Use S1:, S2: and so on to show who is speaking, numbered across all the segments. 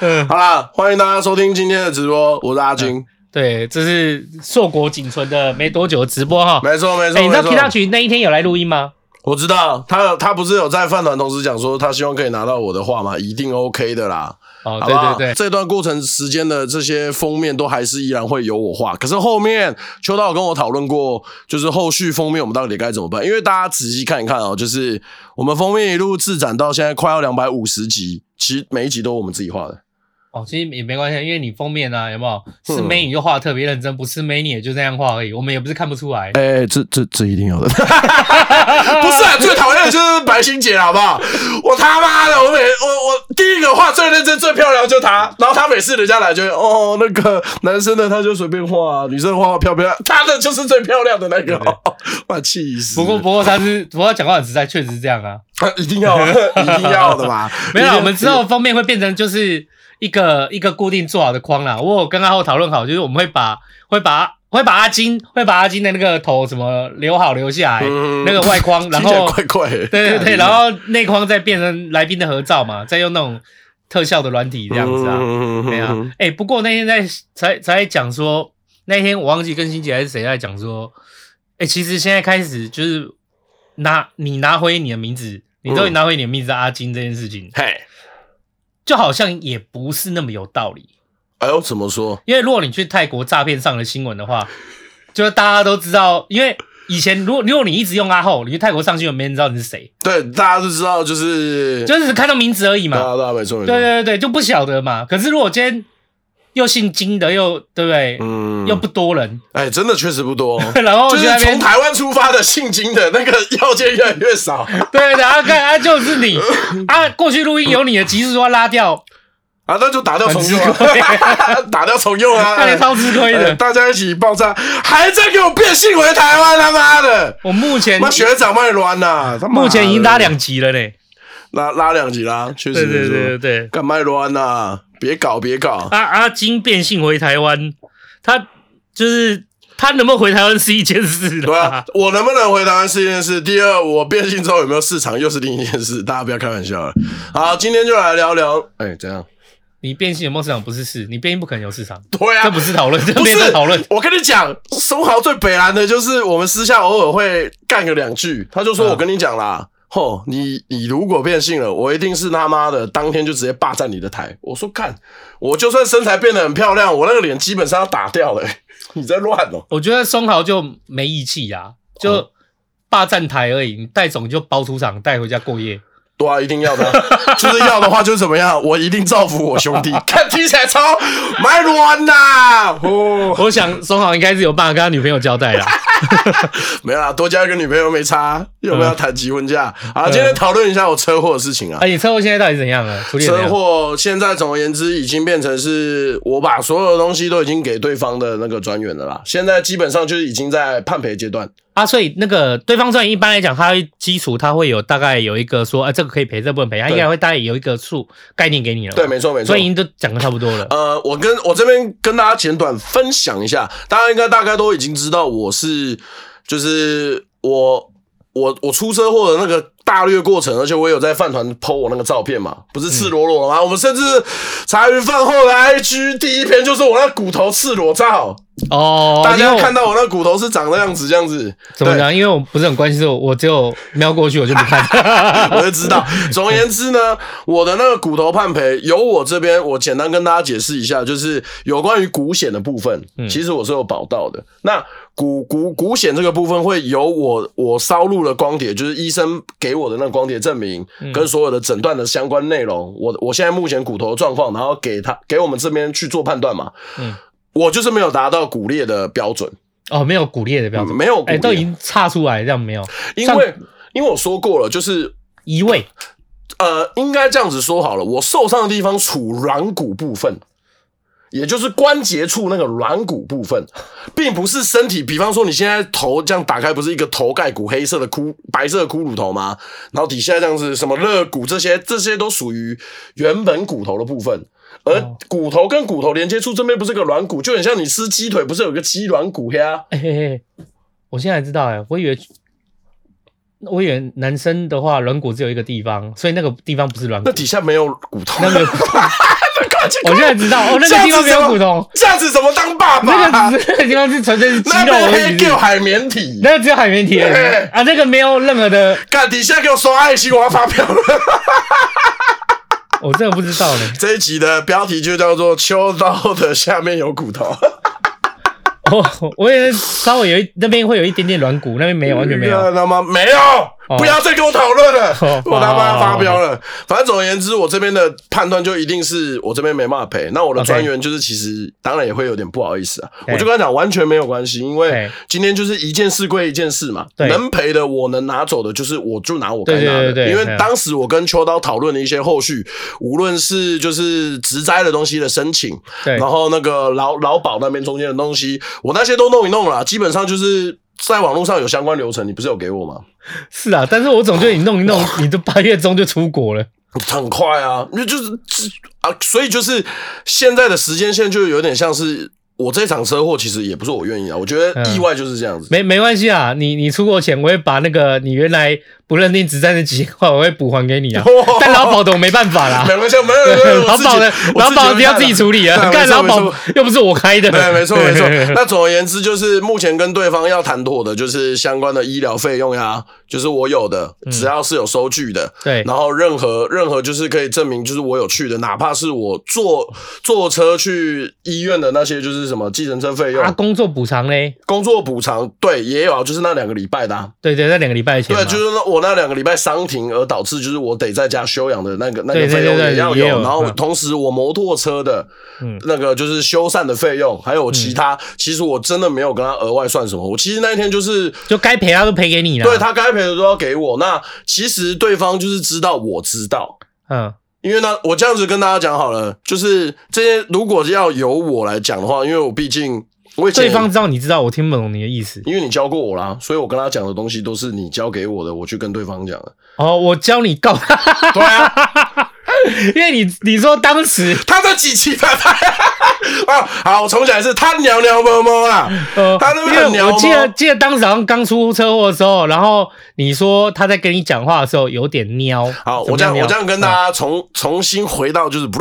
S1: 嗯，
S2: 好啦，欢迎大家收听今天的直播，我是阿金。
S1: 对，这是硕果仅存的没多久的直播哈。
S2: 没错，没错，
S1: 哎，你知道
S2: 没错
S1: 皮大曲那一天有来录音吗？
S2: 我知道他有他不是有在饭团同时讲说他希望可以拿到我的话吗？一定 OK 的啦，
S1: 哦，
S2: 好
S1: 对
S2: 不好？
S1: 对对，
S2: 这段过程时间的这些封面都还是依然会有我画，可是后面秋道有跟我讨论过，就是后续封面我们到底该怎么办？因为大家仔细看一看哦，就是我们封面一路自展到现在快要两百五十集，其实每一集都是我们自己画的。
S1: 哦，其实也没关系，因为你封面啊，有没有是美女就画的特别认真，不是美女也就那样画而已，我们也不是看不出来。
S2: 哎、这这这一定有的，不是啊，最讨厌的就是白心姐，好不好？我他妈的，我每我我第一个画最认真、最漂亮就她，然后她每次人家来就会哦，那个男生的他就随便画、女生画画漂不漂亮，她的就是最漂亮的那个，我气死。
S1: 不过不过他是，不过讲话很实在，确实是这 样啊。
S2: 啊一定要啊，一定要的嘛，
S1: 没有
S2: 一
S1: 啦，
S2: 定
S1: 我们之后封面会变成就是一个一个固定做好的框啦。我有跟阿后讨论好，就是我们会把会把会把阿金会把阿金的那个头什么留好留下来，
S2: 嗯
S1: 那个外框，然
S2: 听起来
S1: 后
S2: 怪怪的，
S1: 对对对，然后内框再变成来宾的合照嘛，再用那种特效的软体这样子啊，
S2: 嗯
S1: 对啊，哎、不过那天在才才讲说，那天我忘记跟欣姐还是谁在讲说，哎、其实现在开始就是拿你拿回你的名字，你终于
S2: 嗯
S1: 拿回你的名字阿金这件 事情，
S2: 嘿，
S1: 就好像也不是那么有道理，
S2: 哎呦，怎么说？
S1: 因为如果你去泰国诈骗上的新闻的 话，就是大家都知道，因为以前如果如果你一直用阿后，你去泰国上新闻，没人知道你是谁，
S2: 对，大家都知道，就是
S1: 就只是看到名字而已嘛。
S2: 大家大家没错没错，
S1: 对对对，就不晓得嘛。可是如果今天又姓金的，又对不对？
S2: 嗯
S1: 又不多人，。
S2: 哎，真的确实不多、哦
S1: 然后
S2: 就
S1: 就是在那边
S2: 从，台湾出发的姓金的那个要件越来越 少
S1: 对对对，啊，看啊，就是 你啊，过去录音有你的集数都要拉掉，
S2: 啊，那就打掉重用
S1: 很吃
S2: 啊， 打掉重用啊，
S1: 那你超吃亏
S2: 哎
S1: 的。
S2: 大家一起爆炸，还在给我变性回台湾，他妈的！
S1: 我目前
S2: 妈学长卖卵呐！他妈的
S1: 哎目前已经拉两集了嘞，
S2: 拉拉两集啦，确
S1: 对
S2: 实
S1: 对对对啊
S2: 没错，
S1: 对。
S2: 干卖卵呐！别搞别搞，
S1: 阿阿金变性回台湾，他就是他能不能回台湾是一件事
S2: 对啊
S1: 啦。，
S2: 我能不能回台湾是一件事，第二我变性之后有没有市场又是另一件事，大家不要开玩笑了。好，今天就来聊聊，哎，怎样？
S1: 你变性有没有市场不是事，你变性不可能有市场，
S2: 对啊，
S1: 这不是讨论，这
S2: 不
S1: 边
S2: 是
S1: 在讨论。
S2: 我跟你讲，松豪最北蓝的就是我们私下偶尔会干个两句，他就说：“
S1: 嗯
S2: 我跟你讲啦，吼，你你如果变性了，我一定是他妈的当天就直接霸占你的台。”我说：“干，我就算身材变得很漂亮，我那个脸基本上要打掉了、欸 你在乱哦、
S1: 我觉得松豪就没义气呀、就霸占台而已。你带走你就包出场，带回家过夜。
S2: 对啊，一定要的啊，就是要的话就是怎么样，我一定造福我兄弟。看听起来超蛮乱呐，哦，
S1: 我想松豪应该是有办法跟他女朋友交代 啦。
S2: 没有啦，多交一个女朋友没差，有没有谈及婚嫁？好，今天讨论一下我车祸的事情啊
S1: 哎、。你车祸现在到底怎样了？处理得怎
S2: 车
S1: 样？
S2: 祸现在总而言之已经变成是我把所有的东西都已经给对方的那个专员了啦，现在基本上就是已经在判赔阶段。
S1: 啊，所以那个对方专员一般来讲，他会基础他会有大概有一个说，啊，这个可以赔，这个不能赔，他应该会大概有一个数概念给你了。
S2: 对，没错没错
S1: 所以。已经都讲的差不多 了。
S2: 呃，我跟我这边跟大家简短分享一下，大家应该大概都已经知道我是，就是我我我出车祸的那个大略过程，而且我有在饭团 PO 我那个照片嘛，不是赤裸裸的吗？我们甚至茶余饭后的 IG 第一篇就是我那骨头赤裸照，
S1: 哦，
S2: 大
S1: 因
S2: 家
S1: 为我
S2: 看到我那骨头是长那样子这样子，
S1: 怎么
S2: 对
S1: 讲？因为我不是很关心，所以我我只有瞄过去我就不看。
S2: 我就知道。总而言之呢，我的那个骨头判赔由我这边，我简单跟大家解释一下，就是有关于骨险的部分，
S1: 嗯
S2: 其实我是有保到的。那骨骨骨险这个部分会由我我烧录了光碟，就是医生给我的那个光碟证明
S1: 嗯
S2: 跟所有的诊断的相关内容，我我现在目前骨头的状况，然后给他给我们这边去做判断嘛。
S1: 嗯
S2: 我就是没有达到骨裂的标准，
S1: 哦，没有骨裂的标准，
S2: 没有骨
S1: 哎、
S2: 裂，
S1: 都已经差出来，这样没有
S2: 因
S1: 上
S2: 为因为我说过了，就是
S1: 移位。
S2: 呃，应该这样子说好了，我受伤的地方处软骨部分，也就是关节处那个软骨部分，并不是身体。比方说，你现在头这样打开，不是一个头盖骨黑色的骷白色的骷髅头吗？然后底下这样子什么肋骨这些，这些都属于原本骨头的部分。而
S1: 哦
S2: 骨头跟骨头连接处这边不是个软骨，就很像你吃鸡腿，不是有个鸡软骨呀？
S1: 哎、嘿嘿，我现在知道哎、我以为我以为男生 的话软骨只有一个地方，所以那个地方不是软骨
S2: 那，底下没有骨头，
S1: 那个
S2: 去
S1: 我
S2: 看
S1: 现在知道，哦，那个地方没有古铜，
S2: 这样子怎么当爸啊
S1: 那
S2: 爸？
S1: 个只那个地方是 纯粹是肌
S2: 那
S1: 肉
S2: 边
S1: 而
S2: 黑
S1: 已，是
S2: Q 海绵体，
S1: 那个只有海绵体而
S2: 对
S1: 已啊，那个没有任何的，
S2: 干底下给我刷爱心，我要发票了。
S1: 我真的不知道嘞，
S2: 这一集的标题就叫做“秋刀的下面有骨头
S1: 我我也是稍微有一那边会有一点点软骨，那边没有，”，完全没有。
S2: 他妈没有，不要再跟我讨论了
S1: 哦，
S2: 我他妈发飙了。反正总而言之，我这边的判断就一定是我这边没办法赔。那我的
S1: OK 哎
S2: 专员就是其实当然也会有点不好意思啊，我
S1: 对
S2: 就跟他讲完全没有关系，因为
S1: 对
S2: 今天就是一件事归一件事嘛，
S1: 对
S2: 能赔的我能拿走的，就是我就拿我该拿
S1: 对对对
S2: 的，
S1: 对
S2: 因为
S1: 对
S2: 当时我跟秋刀讨论了一些后续，无论是就是植栽的东西的申请，
S1: 对
S2: 然后那个劳劳保那边中间的东西，我那些都弄一弄了啦，基本上就是在网络上有相关流程，你不是有给我吗？
S1: 是啊，但是我总觉得你弄一弄，你都八月中就出国了。
S2: 很快啊，那就是这啊，所以就是现在的时间线就有点像是我这场车祸，其实也不是我愿意啊，我觉得
S1: 嗯
S2: 意外就是这样 子。。
S1: 没没关系啊，你你出国前，我会把那个你原来不认定子弹的几千块，我会补还给你啊但劳保的我没办法啦
S2: 没，关系，没有没有，
S1: 劳保的劳保的
S2: 你
S1: 要自己处理啊。干劳保又不是我开的，
S2: 对，没错没
S1: 对
S2: 错。那总而言之，就是目前跟对方要谈妥的，就是相关的医疗费用呀，就是我有的，
S1: 嗯
S2: 只要是有收据的，
S1: 对
S2: 然后任何任何就是可以证明就是我有去的，哪怕是我坐坐车去医院的那些，就是什么计程车费用
S1: 啊，、工作补偿嘞，
S2: 工作补偿，对，也有啊，就是那两个礼拜的、啊，
S1: 对对，那两个礼拜前嘛，
S2: 对，就是那我那两个礼拜伤停而导致就是我得在家休养的那个那个
S1: 对对
S2: 费用
S1: 对对
S2: 也要
S1: 也有
S2: 然后
S1: 嗯
S2: 同时我摩托车的
S1: 嗯
S2: 那个就是修缮的费用，还有其他，其实我真的没有跟他额外算什么。我其实那一天就是
S1: 就该赔他都赔给你啦。
S2: 对，他该赔的都要给我，那其实对方就是知道我知道。
S1: 嗯，
S2: 因为呢，我这样子跟大家讲好了，就是这些如果要由我来讲的话，因为我毕竟我以前
S1: 对方知道你知道，我听不懂你的意思。
S2: 因为你教过我啦，所以我跟他讲的东西都是你教给我的，我去跟对方讲的。
S1: 哦，我教你告，
S2: 对啊，
S1: 因为你你说当时
S2: 他这几期他 他啊，好，我重讲一次，他娘娘摸摸啊啦，
S1: 呃
S2: 他那，边很
S1: 因为
S2: 聊
S1: 我
S2: 吗
S1: 记得记得当时好像刚出车祸的时候，然后你说他在跟你讲话的时候有点喵。
S2: 好，
S1: 怎
S2: 我
S1: 么
S2: 这样
S1: 喵
S2: 我这样跟大家重、重新回到就是不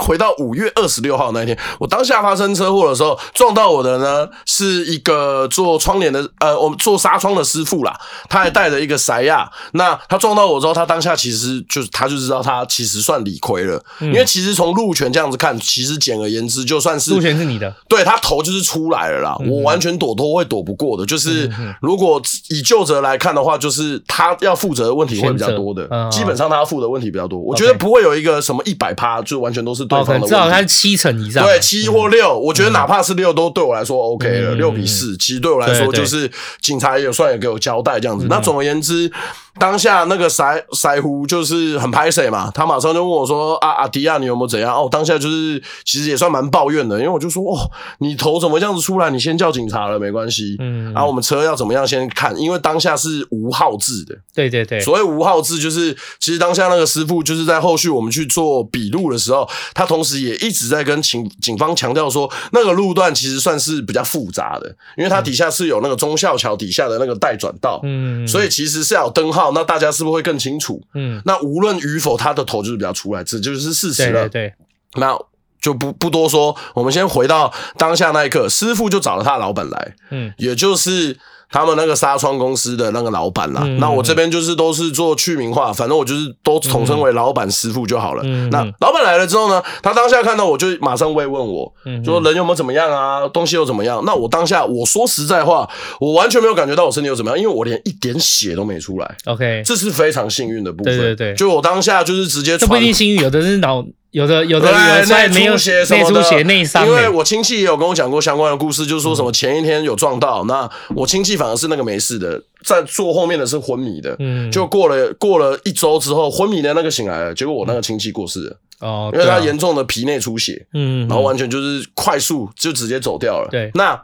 S2: 回到五月二十六号那一天，我当下发生车祸的时候，撞到我的呢是一个做窗帘的呃，我们做纱窗的师傅啦，他还带着一个塞亚。那他撞到我之后，他当下其实就是他就知道他其实算理亏了，因为其实从路权这样子看，其实简而言之就算是
S1: 路权是你的，
S2: 对他头就是出来了
S1: 嗯
S2: 啦，我完全躲都会躲不过的。就是如果以就责来看的话，就是他要负责的问题会比较多的
S1: 选择，嗯
S2: 基本上他要负的问题比较多。我觉得
S1: OK
S2: 不会有一个什么一百趴，就完全都是对
S1: 哦，可
S2: 方
S1: 能
S2: 的
S1: 至少他
S2: 问
S1: 是
S2: 题。
S1: 七成以上。
S2: 对七或六，我觉得哪怕是六都对我来说 OK 了，
S1: 嗯
S2: 六比四，其实对我来说
S1: 对对嗯
S2: 就是警察也有算也给我交代这样子。那总而言之，当下那个腮腮胡就是很拍谁嘛，他马上就问我说：“啊，阿迪亚，你有没有怎样？”哦，当下就是其实也算蛮抱怨的，因为我就说：“哦，你头怎么这样子出来？你先叫警察了，没关系。”啊
S1: 嗯
S2: 然后我们车要怎么样先看，因为当下是无号制的，
S1: 对对对，
S2: 所谓无号制，就是其实当下那个师傅就是在后续我们去做笔录的时候，他同时也一直在跟警警方强调说，那个路段其实算是比较复杂的，因为它底下是有那个忠孝桥底下的那个待转道，
S1: 嗯，
S2: 所以其实是要有灯号，那大家是不是会更清楚？
S1: 嗯，
S2: 那无论与否，他的头就是比较出来，这就是事实
S1: 对
S2: 了。
S1: 对对，
S2: 那就不不多说，我们先回到当下那一刻，师傅就找了他老板来，
S1: 嗯，
S2: 也就是他们那个纱窗公司的那个老板啦。
S1: 嗯
S2: 那我这边就是都是做去名化，反正我就是都统称为老板师傅就好了。
S1: 嗯
S2: 那老板来了之后呢，他当下看到我就马上慰问我，
S1: 嗯
S2: 说人有没有怎么样啊，东西又怎么样？那我当下我说实在话，我完全没有感觉到我身体有怎么样，因为我连一点血都没出来。
S1: OK，
S2: 这是非常幸运的部分，
S1: 哎对对对
S2: 就我当下就是直接
S1: 这不一
S2: 传
S1: 定幸运，有的是脑，有的有的有的
S2: 对，
S1: 虽然没有
S2: 哎出血什
S1: 内
S2: 么
S1: 出
S2: 的，
S1: 血内伤欸，嗯
S2: 因为我亲戚也有跟我讲过相关的故事，就是说什么前一天有撞到，那我亲戚反而是那个没事的，在坐后面的是昏迷的。
S1: 嗯
S2: 就过了过了一周之后，昏迷的那个醒来了，结果我那个亲戚过世了，
S1: 哦，
S2: 因为
S1: 对啊
S2: 他严重的皮内出血，
S1: 嗯，
S2: 然后完全就是快速就直接走掉了。
S1: 对
S2: 那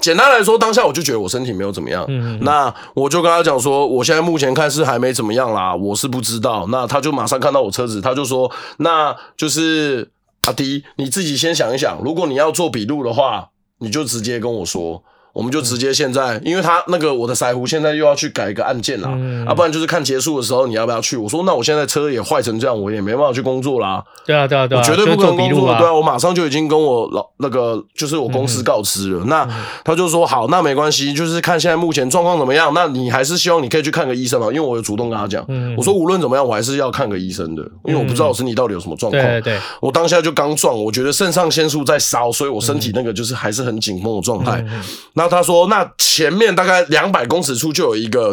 S2: 简单来说，当下我就觉得我身体没有怎么样，
S1: 嗯嗯
S2: 那我就跟他讲说，我现在目前看是还没怎么样啦，我是不知道。那他就马上看到我车子，他就说，那就是
S1: 嗯
S2: 阿迪，你自己先想一想，如果你要做笔录的话，你就直接跟我说。我们就直接现在，因为他那个我的腮胡现在又要去改一个按键啦，
S1: 嗯
S2: 啊，不然就是看结束的时候你要不要去。我说那我现在车也坏成这样，我也没办法去工作啦，
S1: 对啊，对啊，对啊，
S2: 我绝对
S1: 就
S2: 不可能
S1: 做笔
S2: 工
S1: 录
S2: 作的，对啊，
S1: 啊，
S2: 我马上就已经跟我老那个就是我公司告知
S1: 嗯
S2: 了。那他就说好，那没关系，就是看现在目前状况怎么样。那你还是希望你可以去看个医生嘛，因为我有主动跟他讲，
S1: 嗯
S2: 我说无论怎么样，我还是要看个医生的，因为我不知道我身体到底有什么状况。
S1: 对对对，
S2: 我当下就刚撞，我觉得肾上腺素在烧，所以我身体那个就是还是很紧绷的状态。那他说，那前面大概两百公尺处就有一个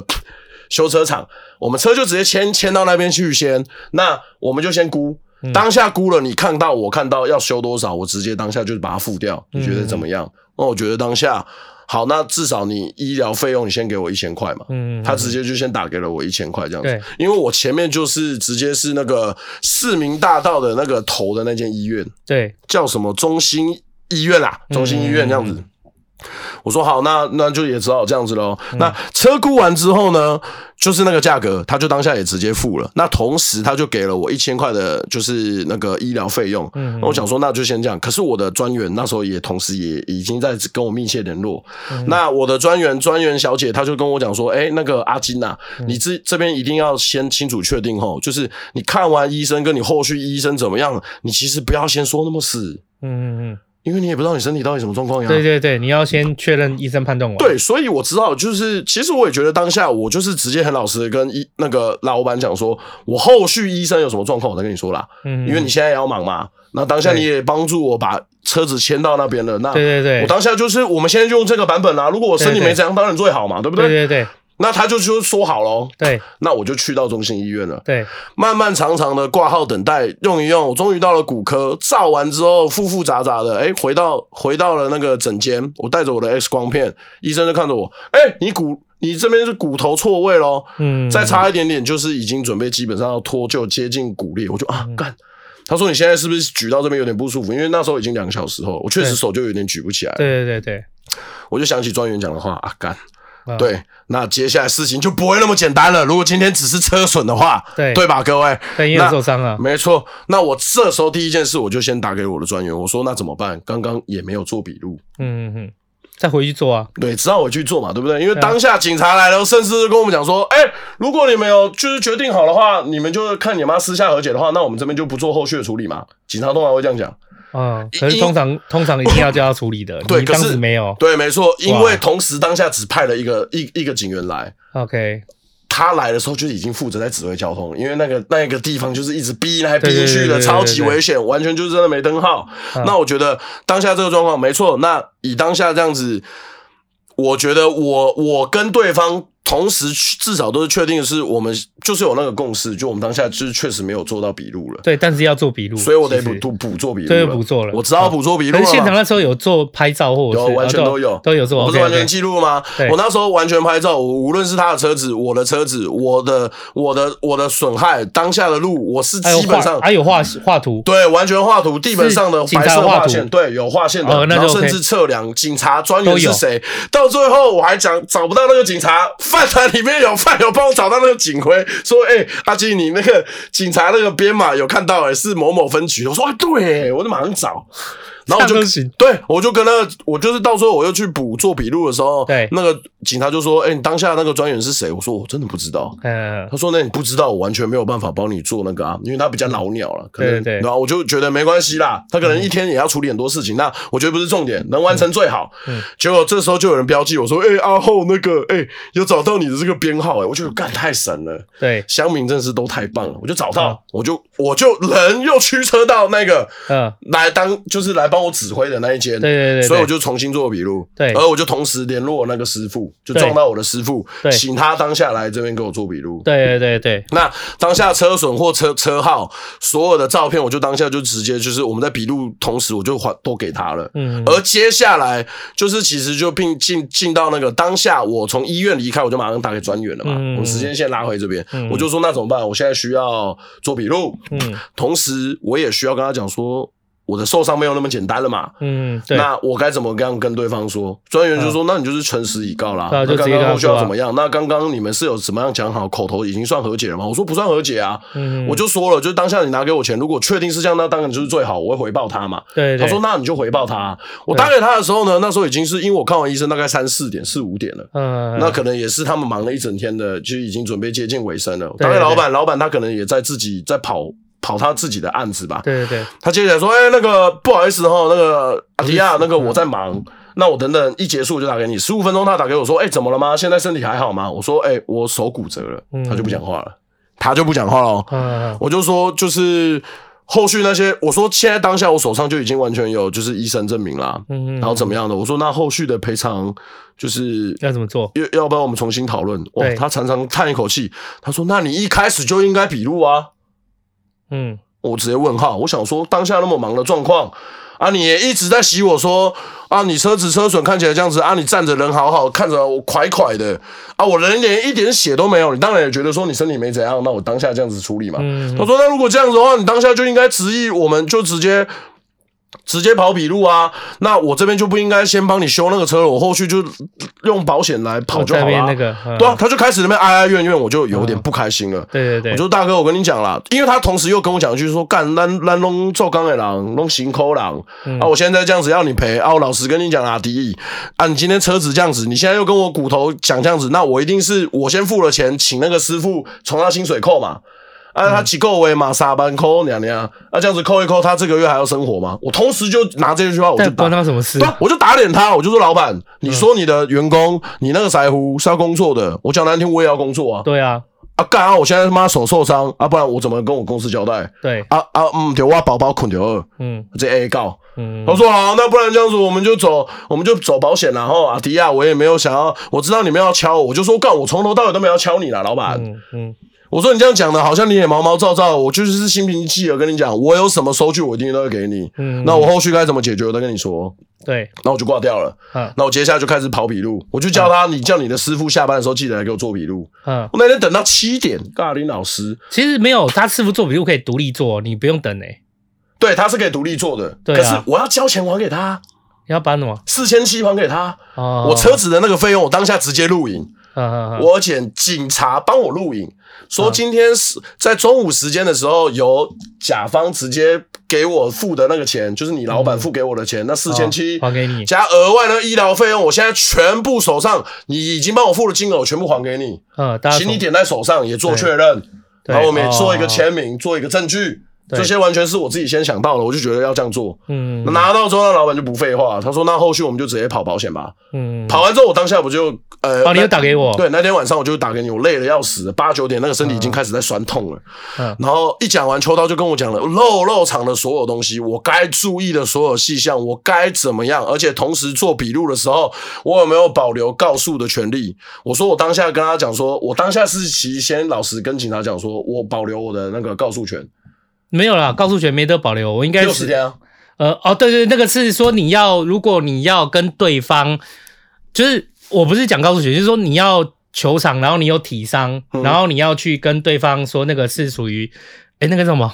S2: 修车厂，我们车就直接牵牵到那边去先，那我们就先估。当下估了，你看到我看到要修多少，我直接当下就把它付掉。你觉得怎么样？那我觉得当下好，那至少你医疗费用你先给我一千块嘛。
S1: 嗯，
S2: 他直接就先打给了我一千块这样
S1: 对
S2: 子，因为我前面就是直接是那个市民大道的那个头的那间医院，
S1: 对，
S2: 叫什么中心医院啦，
S1: 嗯
S2: 中心医院这样子。我说好，那那就也只好这样子喽。
S1: 嗯
S2: 那车估完之后呢，就是那个价格，他就当下也直接付了。那同时他就给了我一千块的，就是那个医疗费用。
S1: 嗯
S2: 那我想说，那就先这样。可是我的专员那时候也同时也已经在跟我密切联络。
S1: 嗯
S2: 那我的专员专员小姐，她就跟我讲说，哎、那个阿金呐、
S1: 嗯
S2: 你这这边一定要先清楚确定吼，就是你看完医生跟你后续医生怎么样，你其实不要先说那么死，
S1: 嗯嗯
S2: 因为你也不知道你身体到底什么状况
S1: 嗯，
S2: 呀。
S1: 对对对，你要先确认医生判断完，
S2: 对，所以我知道，就是其实我也觉得当下我就是直接很老实的跟医那个老板讲说，我后续医生有什么状况我再跟你说啦，
S1: 嗯，嗯，
S2: 因为你现在也要忙嘛。那当下
S1: 对
S2: 你也帮助我把车子牵到那边了，那
S1: 对对对，
S2: 我当下就是我们现在就用这个版本啦、如果我身体
S1: 对对
S2: 没怎样，当然最好嘛，对不
S1: 对
S2: 对？
S1: 对对
S2: 那他就就说好喽，
S1: 对
S2: 那我就去到中心医院了，
S1: 对，
S2: 漫漫长长的挂号等待，用一用，我终于到了骨科，照完之后复复杂杂的，哎、回到回到了那个诊间，我带着我的 X 光片，医生就看着我，哎、你骨你这边是骨头错位咯，
S1: 嗯，
S2: 再差一点点就是已经准备基本上要脱臼，接近骨裂，我就
S1: 嗯
S2: 啊干。他说：“你现在是不是举到这边有点不舒服？因为那时候已经两个小时后，我确实
S1: 对
S2: 手就有点举不起来了。
S1: 对对对对，
S2: 我就想起专员讲的话啊，干，
S1: 啊
S2: 对，那接下来事情就不会那么简单了。如果今天只是车损的话，
S1: 对啊
S2: 对吧，各位？
S1: 但因为
S2: 那
S1: 受伤了，
S2: 没错，那我这时候第一件事，我就先打给我的专员，我说那怎么办？刚刚也没有做笔录，
S1: 嗯嗯嗯，再回去做啊，
S2: 对，只好我去做嘛，对不对？因为
S1: 对啊
S2: 当下警察来了，甚至是跟我们讲说，哎、如果你们有就是决定好的话，你们就看你妈私下和解的话，那我们这边就不做后续的处理嘛。警察通常会这样讲，
S1: 啊，可是
S2: 因
S1: 通常通常一定要叫他处理的，
S2: 对
S1: 你
S2: 可
S1: 当
S2: 是
S1: 时没有
S2: 对，没错，因
S1: 哇
S2: 为同时当下只派了一个一一个警员来，
S1: ，OK，
S2: 他来的时候就已经负责在指挥交通，因为那个那个地方就是一直逼来逼
S1: 对对
S2: 去
S1: 对对
S2: 的，
S1: 对啊
S2: 超级危险，完全就是真的没灯号。那我觉得当下这个状况没错，那以当下这样子，我觉得我我跟对方同时去至少都是确定的是，我们就是有那个共识，就我们当下就是确实没有做到笔录了，
S1: 对，但嗯是要做笔录，
S2: 所以我得
S1: 其
S2: 补
S1: 实
S2: 补补做笔录
S1: 所以
S2: 了，
S1: 补做了
S2: 我只好补做笔录
S1: 可
S2: 了
S1: 是
S2: 嘛。
S1: 现场那时候有做拍照或者
S2: 有
S1: 是
S2: 完全
S1: 啊
S2: 都有，
S1: 都有做，
S2: 我不是
S1: OK，OK
S2: 完全记录吗
S1: 对？
S2: 我那时候完全拍照，我无论是他的车子、我的车子、我的、我的、我的损害、当下的路，我是
S1: 还有
S2: 基
S1: 哎画
S2: 本上
S1: 还有画画图，
S2: 对完全画图，地板上的
S1: 警察
S2: 白色
S1: 画
S2: 画
S1: 图
S2: 线，对，有画线
S1: 哦
S2: 的，
S1: 那就
S2: 然后
S1: OK
S2: 甚至测量警察专
S1: 都
S2: 员
S1: 有
S2: 是谁。到最后我还讲找不到那个警察，饭团里面有饭，有帮我找到那个警徽，说：“哎，阿基，你那个警察那个编码有看到，哎，是某某分局。”我说：“啊，对，我就马上找。”然后我
S1: 这样
S2: 就
S1: 都行
S2: 对，我就跟那个，我就是到时候我又去补做笔录的时候，
S1: 对
S2: 那个警察就说：“哎、你当下那个专员是谁？”我说：“我真的不知道。”
S1: 嗯，
S2: 他说：“那你不知道，我完全没有办法帮你做那个啊，因为他比较老鸟了，可能
S1: 对对对嗯
S2: 然后我就觉得没关系啦，他可能一天也要处理很多事情，那我觉得不是重点，能完成最好。
S1: 嗯
S2: 结果这时候就有人标记我说：‘哎、阿厚那个，哎、有找到你的这个编号、哎，我觉得干太神了，
S1: 对，
S2: 乡民真的是都太棒了，我就找到，我就我就人又驱车到那个
S1: 嗯，
S2: 来当就是来帮我指挥的那一间，
S1: 对对对对
S2: 所以我就呃重新做笔录，
S1: 对
S2: 而我就同时联络那个师傅，就
S1: 对
S2: 撞到我的师傅
S1: 对，
S2: 请他当下来这边给我做笔录，
S1: 对对对对，
S2: 那当下车损或车车号所有的照片，我就当下就直接就是我们在笔录同时，我就还都给他了。
S1: 嗯，
S2: 而接下来就是其实就并进进到那个当下，我从医院离开，我就马上打给专员了嘛。
S1: 嗯
S2: 我们时间线拉回这边，我就说那怎么办？我现在需要做笔录，
S1: 嗯
S2: 同时我也需要跟他讲说，我的受伤没有那么简单了嘛。
S1: 嗯，对，嗯
S2: 那我该怎么样跟对方说？专员就说：“那你就是诚实以告啦。
S1: 对啊
S2: 那
S1: 就直
S2: 刚
S1: 接跟
S2: 刚
S1: 他
S2: 后续要
S1: 说啊
S2: 怎么样？那刚刚你们是有怎么样讲好？口头已经算和解了吗？”我说：“不算和解啊。”
S1: 嗯
S2: 我就说了，就是当下你拿给我钱，如果确定是这样，那当然就是最好，我会回报他嘛。
S1: 对
S2: 他
S1: 对，
S2: 说：“那你就回报他啊。”我打给他的时候呢，那时候已经是因为我看完医生大概三四点、四五点了。
S1: 嗯，
S2: 那可能也是他们忙了一整天的，就已经准备接近尾声了。
S1: 对
S2: 当然，
S1: 对
S2: 老板，老板他可能也在自己在跑跑他自己的案子吧。
S1: 对对对，
S2: 他接起来说：“哎、那个不好意思哈，那个阿迪亚，
S1: 不
S2: 那
S1: 是
S2: 个我在忙，那我等等一结束我就打给你。十五分钟，他打给我说：‘哎、怎么了吗？现在身体还好吗？’我说：‘哎、我手骨折了。’
S1: 嗯
S2: 他就不讲话了，他就不讲话了哦。
S1: 嗯，
S2: 我就说，就是后续那些，我说现在当下我手上就已经完全有就是医生证明啦，
S1: 嗯嗯，
S2: 然后怎么样的？我说那后续的赔偿就是
S1: 要怎么做？
S2: 要要不要我们重新讨论？哇，
S1: 对
S2: 他常常叹一口气，他说：“那你一开始就应该笔录啊。”
S1: 嗯，
S2: 我直接问号，我想说当下那么忙的状况啊，你也一直在洗我说啊，你车子车损看起来这样子啊，你站着人好好看着我快快的啊，我人连一点血都没有，你当然也觉得说你身体没怎样，那我当下这样子处理嘛。
S1: 嗯
S2: 他说那如果这样子的话，你当下就应该执意，我们就直接。直接跑笔录啊！那我这边就不应该先帮你修那个车了，我后续就用保险来跑
S1: 我
S2: 就好了、
S1: 这边那个，嗯
S2: 对啊，他就开始那边哀哀怨怨，我就有点不开心了。
S1: 对对
S2: 我
S1: 对，
S2: 就大哥，我跟你讲啦，因为他同时又跟我讲一句说，干咱咱拢做工的人，拢行抠人、
S1: 嗯
S2: 啊，我现在这样子要你赔啊，我老实跟你讲啦，迪义啊，你今天车子这样子，你现在又跟我骨头讲这样子，那我一定是我先付了钱，请那个师傅从他薪水扣嘛。
S1: 嗯
S2: 啊，他几个月嘛，三班扣娘娘，啊，这样子扣一扣，他这个月还要生活吗？我同时就拿这句话，我就
S1: 但嗯
S2: 打
S1: 关他妈什么事
S2: 对？啊，我就打脸他，我就说老板，你说你的员工，你那个腮胡是要工作的，我讲难听，我也要工作啊。
S1: 对啊，
S2: 啊干啊！我现在他妈手受伤啊，不然我怎么跟我公司交代？
S1: 对，
S2: 啊啊，嗯，对，我宝宝捆着二，
S1: 嗯
S2: 这 A 告。
S1: 嗯，
S2: 他说好，那不然这样子，我们就走，我们就走保险啦。然后阿迪亚，我也没有想要，我知道你们要敲我，我就说干，我从头到尾都没有要敲你啦，老板。
S1: 嗯嗯，
S2: 我说你这样讲的，好像你也毛毛躁躁，我就是心平气和跟你讲，我有什么收据，我一定都会给你。
S1: 嗯
S2: 那我后续该怎么解决，我再跟你说。
S1: 对，
S2: 那我就挂掉了。
S1: 嗯
S2: 那我接下来就开始跑笔录，我就叫他，你叫你的师傅下班的时候记得来给我做笔录。
S1: 嗯，
S2: 我那天等到七点，尬林老师。
S1: 其实没有，他师傅做笔录可以独立做，你不用等欸诶、
S2: 对，他是可以独立做的，
S1: 对啊
S2: 可是我要交钱还给他，
S1: 你要搬什么？
S2: 四千七还给他。
S1: 哦，
S2: 我车子的那个费用，我当下直接录影，
S1: 嗯，嗯嗯
S2: 我请警察帮我录影，说今天是在中午时间的时候，由甲方直接给我付的那个钱，就是你老板付给我的钱，那四千七
S1: 嗯哦还给你
S2: 加额外的医疗费用，我现在全部手上，你已经帮我付的金额，我全部还给你，
S1: 嗯，大家
S2: 请
S1: 从
S2: 你点在手上，也做确认，
S1: 对
S2: 然后我们也
S1: 哦
S2: 做一个签名，做一个证据，
S1: 对
S2: 这些完全是我自己先想到的，我就觉得要这样做。
S1: 嗯
S2: 拿到之后，那老板就不废话，他说：“那后续我们就直接跑保险吧。”
S1: 嗯，
S2: 跑完之后，我当下不就呃，
S1: 哦，你
S2: 那
S1: 又打给我，
S2: 对那天晚上我就打给你，我累的要死，八九点那个身体已经开始在酸痛了。
S1: 嗯
S2: 然后一讲完，秋刀就跟我讲了肉肉场的所有东西，我该注意的所有细项，我该怎么样，而且同时做笔录的时候，我有没有保留告诉的权利？我说我当下跟他讲说，我当下是其实先老实跟警察讲说，我保留我的那个告诉权，
S1: 没有啦，告诉权没得保留，我应该
S2: 六十
S1: 是
S2: 天啊。
S1: 呃，哦，对对，那个是说你要，如果你要跟对方，就是我不是讲告诉学，就是说你要球场，然后你有体伤，
S2: 嗯
S1: 然后你要去跟对方说那个是属于，哎，那个叫什么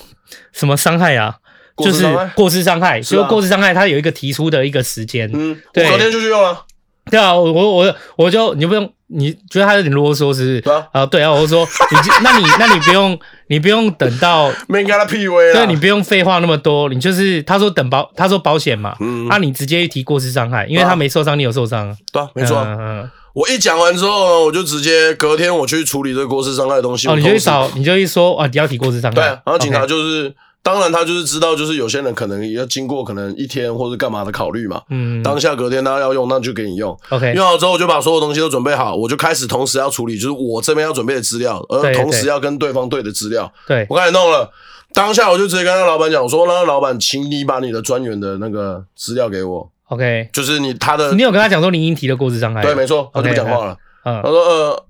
S1: 什么伤害啊？
S2: 过失
S1: 就是
S2: 伤害
S1: 过失伤害，
S2: 是啊
S1: 就过失伤害，它有一个提出的一个时间，
S2: 嗯，我
S1: 对
S2: 隔天就去用了。
S1: 对啊，我我我我就你就不用，你觉得他有点啰嗦是不是？
S2: 对啊
S1: 对啊，我就说你就 那你那你不用你不用等到
S2: 没给他啊 PUA
S1: 对，啊
S2: 啦。
S1: 你不用废话那么多，你就是他说等保，他说保险嘛，
S2: 嗯
S1: 那、你直接提过失伤害，因为
S2: 对啊
S1: 他没受伤，你有受伤，
S2: 对、啊，没错啊、
S1: 嗯嗯嗯
S2: 我一讲完之后呢，我就直接隔天我去处理这个过失伤害的东西。
S1: 哦，
S2: 我
S1: 你就
S2: 同
S1: 去
S2: 时
S1: 找，你就去说啊，你要提过失伤害，
S2: 对，然后警察
S1: OK，
S2: 就是当然他就是知道，就是有些人可能也要经过可能一天或者干嘛的考虑嘛。
S1: 嗯
S2: 当下隔天他要用，那就给你用。
S1: ，OK，
S2: 用好之后，我就把所有东西都准备好，我就开始同时要处理，就是我这边要准备的资料，而
S1: 对
S2: 同时
S1: 对
S2: 要跟对方对的资料。
S1: 对，
S2: 我开始弄了，当下我就直接跟他老板讲，我说：“那老板，请你把你的专员的那个资料给我，
S1: ，OK，
S2: 就是你他的
S1: 你有跟他讲说你已经提了过失伤害，
S2: 对，没错，他就不
S1: OK，
S2: 讲话了。”
S1: 嗯，
S2: 他说呃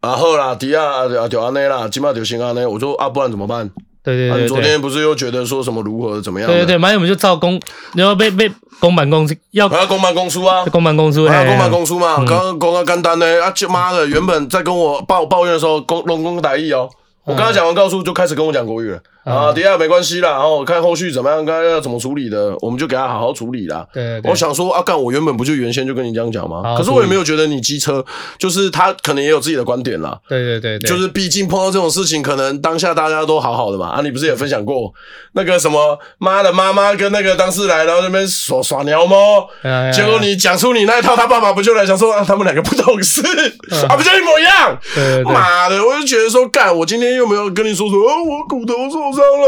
S2: 啊好啦，迪亚啊就啊就安内啦，今麦就先安内。我说啊，不然怎么办？
S1: 对
S2: 啊，你
S1: 对对
S2: 昨
S1: 对，
S2: 天不是又觉得说什么如何怎么样
S1: 对
S2: 的？
S1: 对对，反正我们就照公，然后被被公办公司要
S2: 还要公办公书啊。
S1: 公办公司，
S2: 还要
S1: 嘿
S2: 公办公书
S1: 嗯
S2: 嘛，刚刚公告干单呢啊！就妈的，
S1: 嗯
S2: 原本在跟我抱抱怨的时候，公龙公打意哦，我跟他讲完告诉，就开始跟我讲国语了。啊，底下没关系啦，然后看后续怎么样，该要怎么处理的，我们就给他好好处理啦。
S1: 对对对啊
S2: 我想说啊，干我原本不就原先就跟你这样讲
S1: 好
S2: 吗？
S1: 好
S2: 可是我也没有觉得你机车，就是他可能也有自己的观点啦。
S1: 对对对对，
S2: 就是毕竟碰到这种事情，可能当下大家都好好的嘛。啊，你不是也分享过那个什么妈的妈妈跟那个当事来，然后那边耍耍鸟猫，
S1: 嗯
S2: 结果你讲出你那一套，他爸爸不就来讲说啊，他们两个不懂事啊，不就一模一样？
S1: 对对对
S2: 妈的，我就觉得说，干，我今天又没有跟你说说，哦，我骨头受伤了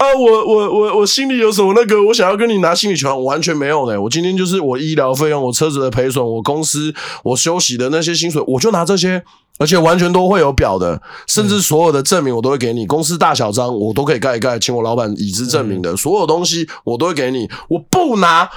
S2: 啊，我我我我心里有什么那个，我想要跟你拿心理权，我完全没有呢。我今天就是我医疗费用、我车子的赔损、我公司我休息的那些薪水，我就拿这些。而且完全都会有表的，甚至所有的证明我都会给你，公司大小章我都可以盖一盖，请我老板以资证
S1: 嗯
S2: 明的，所有东西我都会给你，我不拿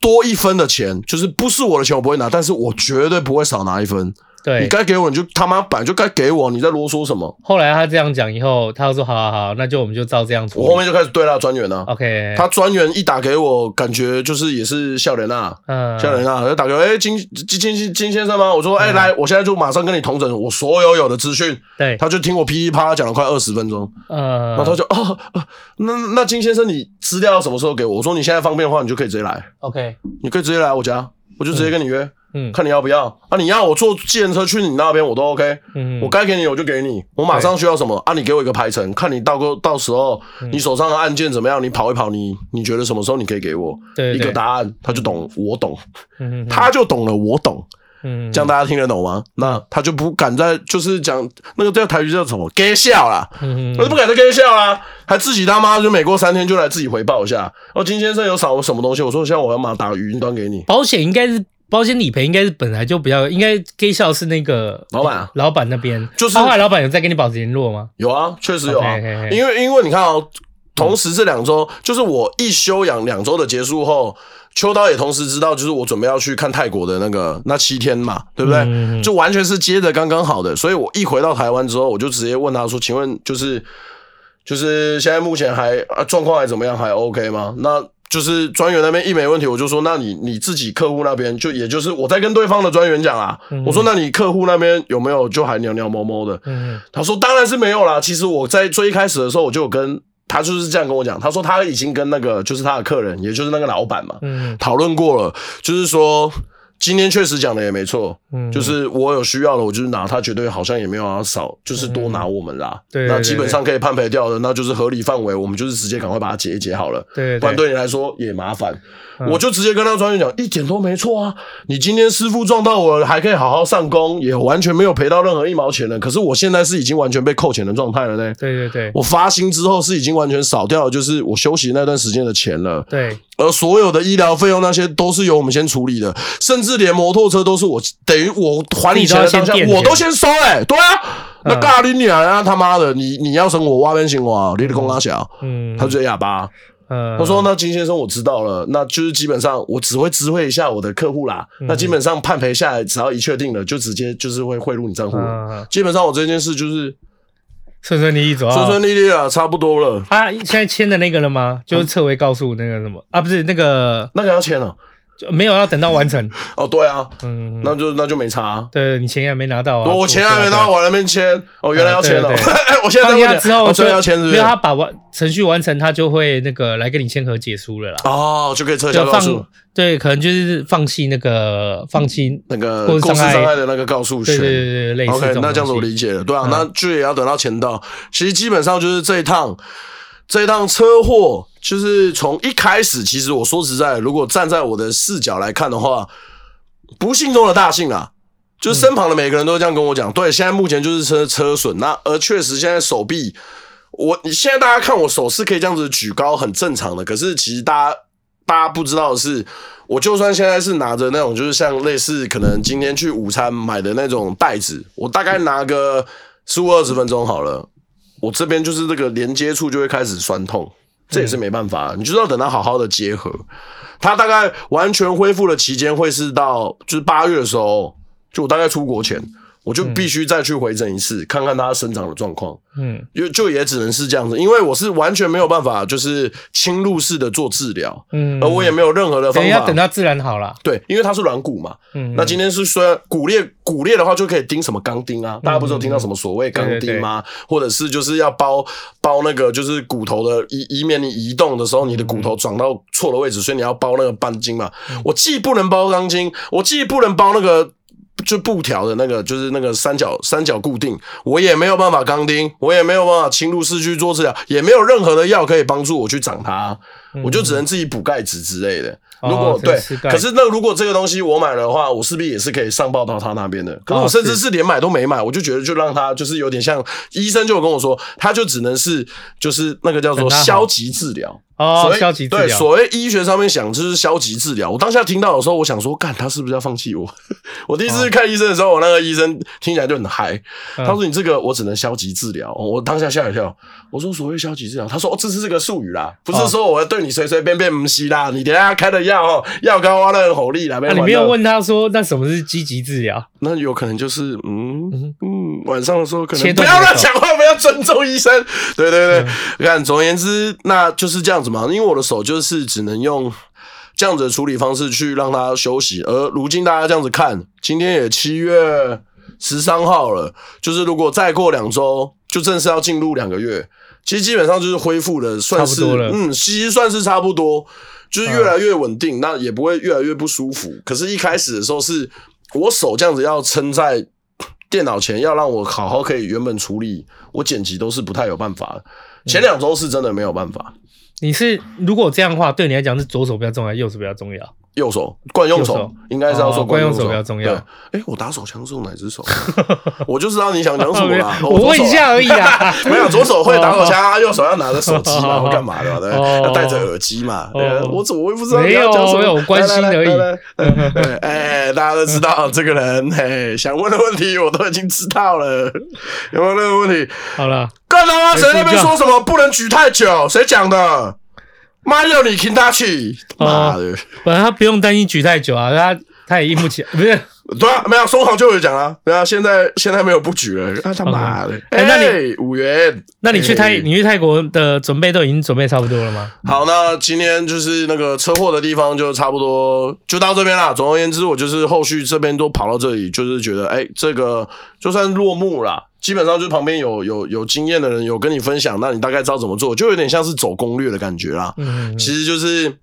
S2: 多一分的钱，就是不是我的钱我不会拿，但是我绝对不会少拿一分。你
S1: 对。
S2: 该给我你就他妈本来就该给我，你在啰嗦什么？
S1: 后来他这样讲以后，他又说好好好，那就我们嗯哎就照这样处
S2: 我
S1: 理。
S2: 后面就开始对他专员了、
S1: OK，
S2: 他专员一打给我，感觉就是也是笑脸啊，
S1: 嗯，
S2: 笑脸啊，他就打给我，哎、金金金金先生吗？我说，哎、来，我现在就马上跟你同整我所有有的资讯。
S1: 对，
S2: 他就听我噼里啪啦讲了快二十分钟，然
S1: 呃，
S2: 后他就啊，啊那那金先生，你资料什么时候给我？我说你现在方便的话，你就可以直接来，
S1: OK，
S2: 你可以直接来我家，我就直接跟你约，
S1: 嗯
S2: 看你要不要啊？你要我坐计程车去你那边，我都 OK。
S1: 嗯，
S2: 我该给你我就给你，我马上需要什么啊？你给我一个排程，看你到过到时候
S1: 嗯
S2: 你手上的案件怎么样，你跑一跑，你你觉得什么时候你可以给我
S1: 对对
S2: 一
S1: 对
S2: 个答案，他就懂，我懂，
S1: 嗯
S2: 他就懂了，我懂，
S1: 嗯
S2: 这样大家听得懂吗？那他就不敢再就是讲那个叫台语叫什么 gay 笑啦，
S1: 嗯
S2: 他就不敢再 gay 笑啦，还自己他妈就每过三天就来自己回报一下，哦，金先生有少什么东西？我说现在我要马上打云端给你，
S1: 保险应该是保险理赔，应该是本来就比较应该 gay 笑是那个
S2: 老板啊
S1: 老板那边，
S2: 就是
S1: 啊后来老板有在跟你保持联络吗？
S2: 有啊，确实有啊
S1: OK，OK，OK
S2: 因为因为你看哦，同时这两周、就是我一休养两周的结束后，秋刀也同时知道，就是我准备要去看泰国的那个那七天嘛，对不对？
S1: 嗯嗯嗯
S2: 就完全是接的刚刚好的，所以我一回到台湾之后，我就直接问他说：“请问就是就是现在目前还啊状况还怎么样？还 OK 吗？”那就是专员那边一没问题，我就说，那你你自己客户那边就也就是我在跟对方的专员讲啊，我说那你客户那边有没有就还尿尿摸摸的？
S1: 嗯
S2: 他说当然是没有啦。其实我在最一开始的时候，我就有跟他就是这样跟我讲，他说他已经跟那个就是他的客人，也就是那个老板嘛，
S1: 嗯
S2: 讨论过了，就是说今天确实讲的也没错，
S1: 嗯，
S2: 就是我有需要的，我就是拿，他绝对好像也没有要少，就是多拿我们啦。
S1: 嗯对
S2: 那
S1: 对
S2: 基
S1: 对
S2: 本上可以判赔掉的，那就是合理范围，我们就是直接赶快把它结一结好了。
S1: 对
S2: 不然
S1: 对嗯
S2: 对你来说也麻烦。我就直接跟他专员讲，一点都没错啊！你今天师傅撞到我了，还可以好好上工，也完全没有赔到任何一毛钱了。可是我现在是已经完全被扣钱的状态了呢。
S1: 对对对
S2: 我发薪之后是已经完全少掉了，就是我休息那段时间的钱了。
S1: 对，
S2: 而所有的医疗费用那些都是由我们先处理的，甚至连摩托车都是我等于我还你钱的当
S1: 你都
S2: 下
S1: 要先垫，钱
S2: 我都先收哎、欸对啊，那
S1: 嗯
S2: 咖喱你啊他妈的，你你要生我挖边行我啊，你的公拉小，
S1: 嗯，
S2: 他嘴哑巴，
S1: 呃
S2: 他说那金先生我知道了，那就是基本上我只会知会一下我的客户啦，
S1: 嗯
S2: 那基本上判赔下来，只要一确定了，就直接就是会汇入你账户了，
S1: 嗯
S2: 基本上我这件事就是
S1: 顺顺利利走啊，
S2: 顺顺利利了，差不多了，
S1: 他现在签的那个了吗？就是撤回告诉那个什么啊，不是那个
S2: 那个要签了，
S1: 就没有要等到完成，
S2: 哦对啊，
S1: 嗯，
S2: 那就那就没差啊、
S1: 对你钱还没拿到啊，
S2: 我钱还没
S1: 对
S2: 到，
S1: 啊。
S2: 我还没签。哦，原来要签了
S1: 对对。
S2: 我现在在
S1: 放假
S2: 问
S1: 之后
S2: 我
S1: 就
S2: 真的要签是不
S1: 没
S2: 是
S1: 有？他把完程序完成，他就会那个来跟你签和解书了啦。
S2: 哦，就可以撤销
S1: 就
S2: 告诉
S1: 放对，可能就是放弃那个放弃，
S2: 那个
S1: 过失
S2: 公司
S1: 伤害
S2: 伤害的那个告诉
S1: 对对对
S2: 权。
S1: 对，类似
S2: OK，
S1: 种
S2: 那这样子我
S1: 东西嗯
S2: 理解了，对啊，那就也要等到钱到。其实基本上就是这一趟，这一趟车祸，就是从一开始，其实我说实在的，如果站在我的视角来看的话，不幸中的大幸啊。就是身旁的每个人都这样跟我
S1: 嗯
S2: 讲，对，现在目前就是车车损，那而确实现在手臂，我你现在大家看我手是可以这样子举高，很正常的。可是其实大家大家不知道的是，我就算现在是拿着那种就是像类似可能今天去午餐买的那种袋子，我大概拿个十五二十分钟好了，我这边就是这个连接处就会开始酸痛，这也是没办法，你就是要等它好好的结合。它大概完全恢复的期间会是到就是八月的时候，就我大概出国前，我就必须再去回诊一次，看看它生长的状况。
S1: 嗯
S2: 就就也只能是这样子，因为我是完全没有办法就是侵入式的做治疗，
S1: 嗯，
S2: 而我也没有任何的方
S1: 等要
S2: 法。
S1: 等到自然好了。
S2: 对，因为它是软骨嘛。
S1: 嗯，
S2: 那今天是虽然骨裂，骨裂的话就可以钉什么钢钉啊？大家不是有听到什么所谓钢钉吗？或者是就是要包包那个就是骨头的，以以免你移动的时候你的骨头撞到错的位置，所以你要包那个半筋嘛。我既不能包钢筋，我既不能包那个。就布条的那个，就是那个三角三角固定，我也没有办法钢钉，我也没有办法侵入市区做治疗，也没有任何的药可以帮助我去长它啊、
S1: 嗯
S2: 我就只能自己补钙质之类的。
S1: 哦
S2: 如果、
S1: 这个
S2: 对
S1: 是，钙
S2: 可是那如果这个东西我买了的话，我势必也是可以上报到他那边的。可是
S1: 哦
S2: 我甚至是连买都没买，我就觉得就让他就是有点像医生就有跟我说，他就只能是就是那个叫做
S1: 等他好
S2: 消极治疗。所
S1: 哦，
S2: 谓
S1: 消极治
S2: 对，
S1: 疗，
S2: 所谓医学上面想就是消极治疗。我当下听到的时候，我想说，干他是不是要放弃我？ 我第一次去看医生的时候，我那个医生听起来就很嗨，
S1: 嗯
S2: 他说你这个我只能消极治疗。我当下吓一跳，我说所谓消极治疗，他说哦，这是这个术语啦，不是说我对你随随便便不吸啦，你等一下开的药哦，药膏啊那个吼力啦，
S1: 那
S2: 那
S1: 你没有，问他说那什么是积极治疗？
S2: 那有可能就是嗯嗯，晚上的时候可
S1: 切
S2: 能不
S1: 断嗯
S2: 要
S1: 你的
S2: 乱
S1: 手
S2: 讲话，不要尊重医生。对对对，看、总而言之，那就是这样子嘛，因为我的手就是只能用。这样子的处理方式去让它休息，而如今大家这样子看，今天也七月十三号了，就是如果再过两周，就正式要进入两个月，其实基本上就是恢复的，算是
S1: 差不多了
S2: 嗯，其实算是差不多，
S1: 嗯
S2: 就是越来越稳定，那也不会越来越不舒服。可是，一开始的时候是我手这样子要撑在电脑前，要让我好好可以原本处理我剪辑都是不太有办法的。
S1: 嗯
S2: 前两周是真的没有办法，
S1: 你是如果这样的话，对你来讲是左手比较重要，右手比较重要？
S2: 右手惯用手
S1: 右手
S2: 应该是要说
S1: 哦惯用
S2: 用
S1: 手比较重要。
S2: 对，哎，我打手枪是用哪只手？啊我就知道你想讲什么啦 左
S1: 我
S2: 手啊
S1: 问一下而已啊
S2: 没有，左手会打手枪啊，右手要拿着手机嘛，
S1: 哦
S2: 或干嘛的嘛？对，
S1: 哦
S2: 要戴着耳机嘛。对啊
S1: 哦
S2: 我怎么会不知道
S1: 没
S2: 你
S1: 有
S2: 要讲什么？
S1: 没有我关心
S2: 来
S1: 而已。
S2: 来来来来哎，大家都知道这个人，嘿，想问的问题我都已经知道了，有没有那个问题？
S1: 好了，
S2: 干他妈！
S1: 没
S2: 谁在那
S1: 睡
S2: 边
S1: 觉
S2: 说什么不能举太久？谁讲的？妈要你听他去！
S1: 哦
S2: 妈的！
S1: 反正他不用担心举太久啊，他他也硬不起来，不是？
S2: 对啊，没有松好就有讲啊，对啊，现在现在没有布局了，啊他妈的！
S1: 哎那你
S2: 哎五元，
S1: 那你去泰
S2: 哎
S1: 你去泰国的准备都已经准备差不多了吗？
S2: 好，那今天就是那个车祸的地方就差不多就到这边啦。总而言之，我就是后续这边都跑到这里，就是觉得哎、这个就算落幕啦。基本上就是旁边有有有经验的人有跟你分享，那你大概知道怎么做，就有点像是走攻略的感觉啦。
S1: 嗯，
S2: 其实就是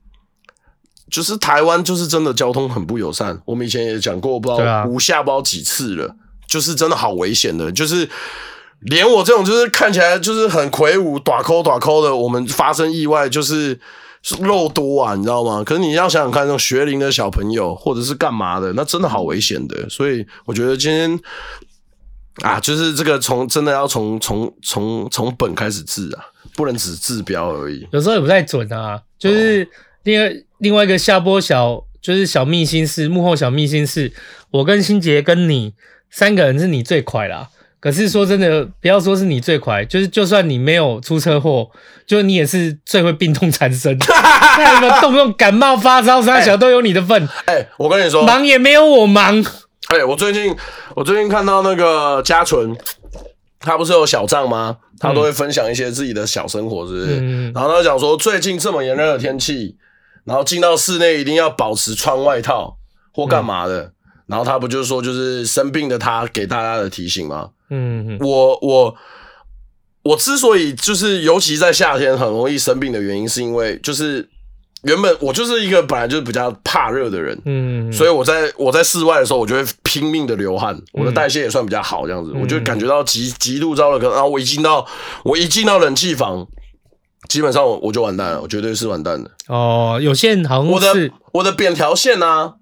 S2: 就是台湾就是真的交通很不友善，我们以前也讲过，不知道、
S1: 对啊
S2: 无下不知道几次了，就是真的好危险的，就是。连我这种就是看起来就是很魁梧、短抠短抠的，我们发生意外就是肉多啊，你知道吗？可是你要想想看，那种学龄的小朋友或者是干嘛的，那真的好危险的。所以我觉得今天啊，就是这个从真的要从从从从本开始治啊，不能只治标而已。
S1: 有时候也不太准啊，
S2: 哦
S1: 就是另外另外一个下播小，就是小秘辛是幕后小秘辛是，我跟新杰跟你三个人是你最快啦。可是说真的，不要说是你最快，就是就算你没有出车祸，就你也是最会病痛缠 身，看你们动不动感冒发烧啥小都有你的份，
S2: 哎、我跟你说，
S1: 忙也没有我忙。
S2: 哎、我最近我最近看到那个嘉纯，他不是有小账吗？他都会分享一些自己的小生活，是不是？
S1: 嗯
S2: 然后他就讲说，最近这么炎热的天气，然后进到室内一定要保持穿外套或干嘛的。然后他不就是说，就是生病的他给大家的提醒吗？
S1: 嗯，
S2: 我我我之所以就是尤其在夏天很容易生病的原因，是因为就是原本我就是一个本来就是比较怕热的人，
S1: 嗯，
S2: 所以我在我在室外的时候，我就会拼命的流汗，我的代谢也算比较好，这样
S1: 嗯
S2: 子，我就感觉到极极度糟了。可能然啊后我一进到我一进到冷气房，基本上我我就完蛋了，我绝对是完蛋的。
S1: 哦，有些人好
S2: 我
S1: 像
S2: 的
S1: 是，
S2: 我的扁条线啊，